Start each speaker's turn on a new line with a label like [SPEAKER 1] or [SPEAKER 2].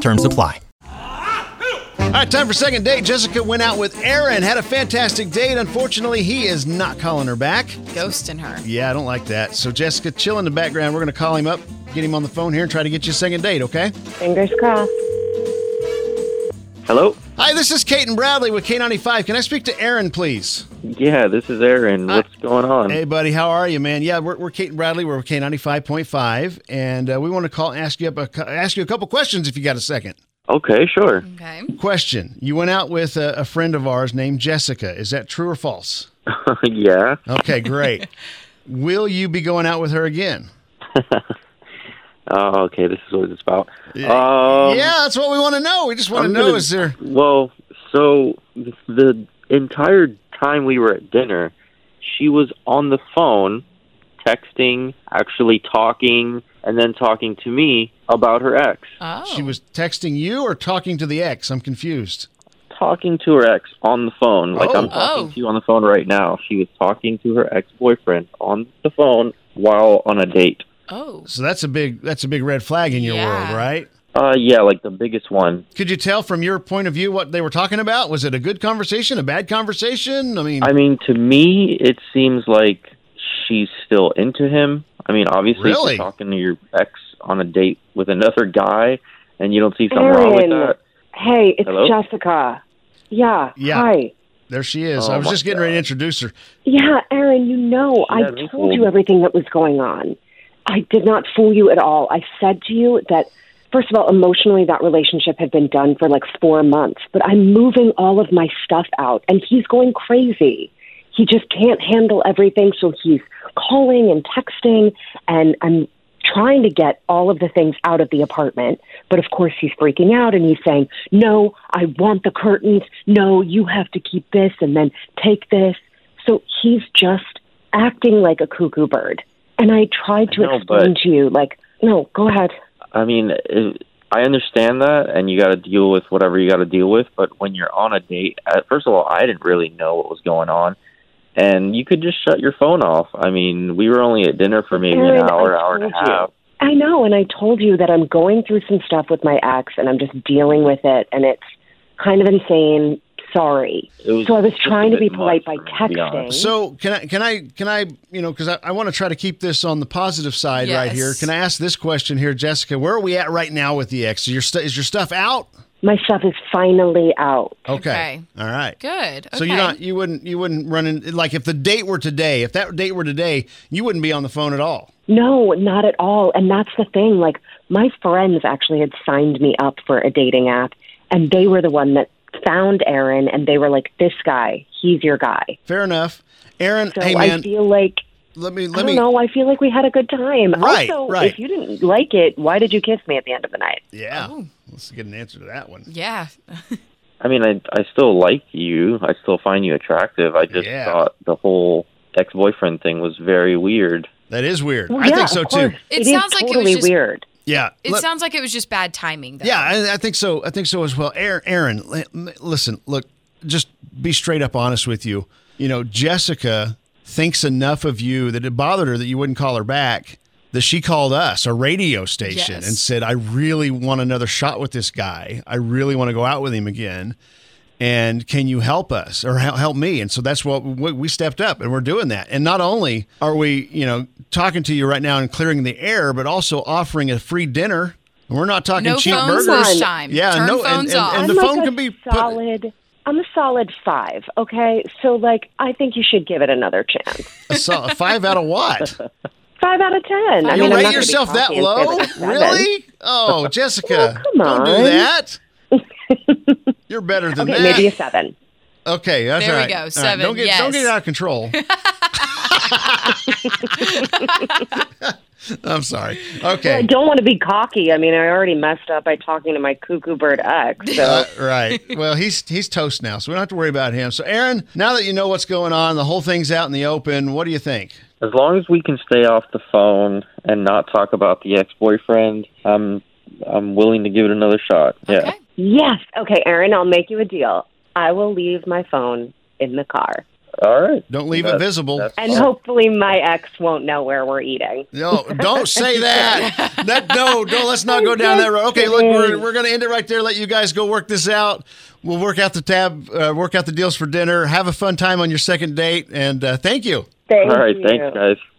[SPEAKER 1] Terms apply.
[SPEAKER 2] All right, time for second date. Jessica went out with Aaron, had a fantastic date. Unfortunately, he is not calling her back.
[SPEAKER 3] ghosting her.
[SPEAKER 2] Yeah, I don't like that. So, Jessica, chill in the background. We're going to call him up, get him on the phone here, and try to get you a second date, okay?
[SPEAKER 4] Fingers crossed.
[SPEAKER 5] Hello?
[SPEAKER 2] Hi, this is Kate and Bradley with K95. Can I speak to Aaron, please?
[SPEAKER 5] Yeah, this is Aaron.
[SPEAKER 2] Hi.
[SPEAKER 5] What's going on?
[SPEAKER 2] Hey, buddy, how are you, man? Yeah, we're, we're Kate and Bradley. We're with K95.5, and uh, we want to call and ask you, up a, cou- ask you a couple questions if you got a second.
[SPEAKER 5] Okay, sure.
[SPEAKER 3] Okay.
[SPEAKER 2] Question You went out with a, a friend of ours named Jessica. Is that true or false?
[SPEAKER 5] yeah.
[SPEAKER 2] Okay, great. Will you be going out with her again?
[SPEAKER 5] Oh, okay. This is what it's about.
[SPEAKER 2] Yeah.
[SPEAKER 5] Um,
[SPEAKER 2] yeah, that's what we want to know. We just want to
[SPEAKER 5] I'm
[SPEAKER 2] know
[SPEAKER 5] gonna-
[SPEAKER 2] is there
[SPEAKER 5] Well, so the entire time we were at dinner, she was on the phone, texting, actually talking, and then talking to me about her ex.
[SPEAKER 3] Oh.
[SPEAKER 2] she was texting you or talking to the ex? I'm confused.
[SPEAKER 5] Talking to her ex on the phone, like
[SPEAKER 2] Oh.
[SPEAKER 5] I'm talking
[SPEAKER 3] Oh.
[SPEAKER 5] to you on the phone right now. She was talking to her ex boyfriend on the phone while on a date.
[SPEAKER 3] oh.
[SPEAKER 2] So that's a big that's a big red flag in your
[SPEAKER 3] Yeah.
[SPEAKER 2] world, right?
[SPEAKER 5] Uh, yeah, like the biggest one.
[SPEAKER 2] Could you tell from your point of view what they were talking about? Was it a good conversation, a bad conversation? I mean,
[SPEAKER 5] I mean, to me, it seems like she's still into him. I mean, obviously, if
[SPEAKER 2] Really?
[SPEAKER 5] you're talking to your ex on a date with another guy, and you don't see something wrong with
[SPEAKER 4] Aaron.
[SPEAKER 5] that.
[SPEAKER 4] Hey, it's
[SPEAKER 5] Hello?
[SPEAKER 4] Jessica. Yeah.
[SPEAKER 2] Yeah.
[SPEAKER 4] Hi.
[SPEAKER 2] there she is.
[SPEAKER 5] Oh
[SPEAKER 2] I was
[SPEAKER 5] my
[SPEAKER 2] just getting ready to
[SPEAKER 5] God.
[SPEAKER 2] introduce her.
[SPEAKER 4] Yeah, Aaron, you know
[SPEAKER 5] Yeah,
[SPEAKER 4] I
[SPEAKER 5] me
[SPEAKER 4] told
[SPEAKER 5] too.
[SPEAKER 4] you everything that was going on. I did not fool you at all. I said to you that first of all, emotionally that relationship had been done for like 4 months, but I'm moving all of my stuff out and he's going crazy. He just can't handle everything, so he's calling and texting and I'm trying to get all of the things out of the apartment. But of course, he's freaking out and he's saying, No, I want the curtains. No, you have to keep this and then take this. So he's just acting like a cuckoo bird. And I tried to
[SPEAKER 5] I know,
[SPEAKER 4] explain
[SPEAKER 5] but-
[SPEAKER 4] to you, like, No, go ahead.
[SPEAKER 5] I mean, it, I understand that, and you got to deal with whatever you got to deal with. But when you're on a date, uh, first of all, I didn't really know what was going on, and you could just shut your phone off. I mean, we were only at dinner for maybe
[SPEAKER 4] Aaron,
[SPEAKER 5] an hour,
[SPEAKER 4] I
[SPEAKER 5] hour and a
[SPEAKER 4] told you.
[SPEAKER 5] half.
[SPEAKER 4] I know. And I told you that I'm going through some stuff with my ex and I'm just dealing with it. And it's kind of insane. Sorry.
[SPEAKER 5] It was
[SPEAKER 4] So I was
[SPEAKER 5] just a
[SPEAKER 4] trying to
[SPEAKER 5] bit
[SPEAKER 4] be polite by
[SPEAKER 5] much for me, to be honest.
[SPEAKER 4] texting.
[SPEAKER 2] So can I can I can I you know because I, I want to try to keep this on the positive side right
[SPEAKER 3] Yes.
[SPEAKER 2] here. Can I ask this question here, Jessica? Where are we at right now with the ex? Is your, stu- is your stuff out?
[SPEAKER 4] My stuff is finally out.
[SPEAKER 2] Okay.
[SPEAKER 3] Okay.
[SPEAKER 2] All right.
[SPEAKER 3] Good. Okay.
[SPEAKER 2] So you're not you wouldn't you wouldn't run in like if the date were today, if that date were today, you wouldn't be on the phone at all.
[SPEAKER 4] No, not at all. And that's the thing. Like, my friends actually had signed me up for a dating app, and they were the one that found Aaron, and they were like, this guy, he's your guy.
[SPEAKER 2] Fair enough. Aaron,
[SPEAKER 4] So
[SPEAKER 2] hey
[SPEAKER 4] I
[SPEAKER 2] man,
[SPEAKER 4] feel like,
[SPEAKER 2] let me
[SPEAKER 4] I
[SPEAKER 2] let
[SPEAKER 4] don't
[SPEAKER 2] me
[SPEAKER 4] know, I feel like we had a good time.
[SPEAKER 2] Right,
[SPEAKER 4] also,
[SPEAKER 2] right.
[SPEAKER 4] if you didn't like it, why did you kiss me at the end of the night?
[SPEAKER 2] Yeah.
[SPEAKER 3] Oh.
[SPEAKER 2] Let's get an answer to that one.
[SPEAKER 3] Yeah.
[SPEAKER 5] I mean, I I still like you. I still find you attractive. I just
[SPEAKER 2] Yeah.
[SPEAKER 5] thought the whole ex boyfriend thing was very weird.
[SPEAKER 2] That is weird.
[SPEAKER 4] Well,
[SPEAKER 2] I
[SPEAKER 4] yeah,
[SPEAKER 2] think
[SPEAKER 4] of
[SPEAKER 2] so
[SPEAKER 4] course.
[SPEAKER 2] too.
[SPEAKER 3] It
[SPEAKER 4] is
[SPEAKER 3] sounds like it was
[SPEAKER 4] totally
[SPEAKER 3] just-
[SPEAKER 4] weird.
[SPEAKER 2] Yeah.
[SPEAKER 3] It
[SPEAKER 2] Let-
[SPEAKER 3] sounds like it was just bad timing, though.
[SPEAKER 2] yeah, I, I think so. I think so as well. Aaron, Aaron, li- m- listen, look, just be straight up honest with you. You know, Jessica thinks enough of you that it bothered her that you wouldn't call her back. That she called us, a radio station,
[SPEAKER 3] Yes.
[SPEAKER 2] and said, "I really want another shot with this guy. I really want to go out with him again." and can you help us or hel- help me and so that's what we we stepped up and we're doing that and not only are we you know talking to you right now and clearing the air but also offering a free dinner and we're not talking
[SPEAKER 3] No
[SPEAKER 2] cheap
[SPEAKER 3] phones
[SPEAKER 2] burgers
[SPEAKER 3] this time.
[SPEAKER 2] yeah
[SPEAKER 3] Turn
[SPEAKER 2] no and-
[SPEAKER 3] phones
[SPEAKER 2] and,
[SPEAKER 3] off.
[SPEAKER 2] and,
[SPEAKER 4] I'm
[SPEAKER 2] the
[SPEAKER 4] like
[SPEAKER 2] phone
[SPEAKER 4] a
[SPEAKER 2] can be put
[SPEAKER 4] solid. I'm a solid five, okay? So, like, I think you should give it another chance.
[SPEAKER 2] a sol- a five out of what
[SPEAKER 4] Five out of ten. I
[SPEAKER 2] you
[SPEAKER 4] mean, I'm not
[SPEAKER 2] rate
[SPEAKER 4] gonna be
[SPEAKER 2] yourself that
[SPEAKER 4] cocky and say,
[SPEAKER 2] low
[SPEAKER 4] like, a seven.
[SPEAKER 2] really oh jessica
[SPEAKER 4] Well,
[SPEAKER 2] don't
[SPEAKER 4] come
[SPEAKER 2] do
[SPEAKER 4] on.
[SPEAKER 2] that you're better than
[SPEAKER 4] Okay,
[SPEAKER 2] that
[SPEAKER 4] maybe a seven.
[SPEAKER 2] okay that's
[SPEAKER 3] There
[SPEAKER 2] all
[SPEAKER 3] we
[SPEAKER 2] right.
[SPEAKER 3] go,
[SPEAKER 2] All right,
[SPEAKER 3] seven,
[SPEAKER 2] don't get don't
[SPEAKER 3] yes.
[SPEAKER 2] get out of control I'm sorry. Okay.
[SPEAKER 4] I don't want to be cocky. I mean, I already messed up by talking to my cuckoo bird ex. So
[SPEAKER 2] Uh, right. Well, he's he's toast now, so we don't have to worry about him. So, Aaron, now that you know what's going on, the whole thing's out in the open. What do you think?
[SPEAKER 5] As long as we can stay off the phone and not talk about the ex-boyfriend, I'm I'm willing to give it another shot. Yeah.
[SPEAKER 3] Okay.
[SPEAKER 4] yes, okay, Aaron, I'll make you a deal. I will leave my phone in the car,
[SPEAKER 5] All right.
[SPEAKER 2] Don't leave it
[SPEAKER 5] That-
[SPEAKER 2] visible.
[SPEAKER 5] that's-
[SPEAKER 4] and hopefully my ex won't know where we're eating.
[SPEAKER 2] No, don't say that. That no, no. Let's not go down that road. Okay, look, we're we're gonna end it right there. Let you guys go work this out. We'll work out the tab, uh, work out the deals for dinner. Have a fun time on your second date, and uh, thank you.
[SPEAKER 4] Thank
[SPEAKER 5] All right.
[SPEAKER 4] you.
[SPEAKER 5] Thanks, guys.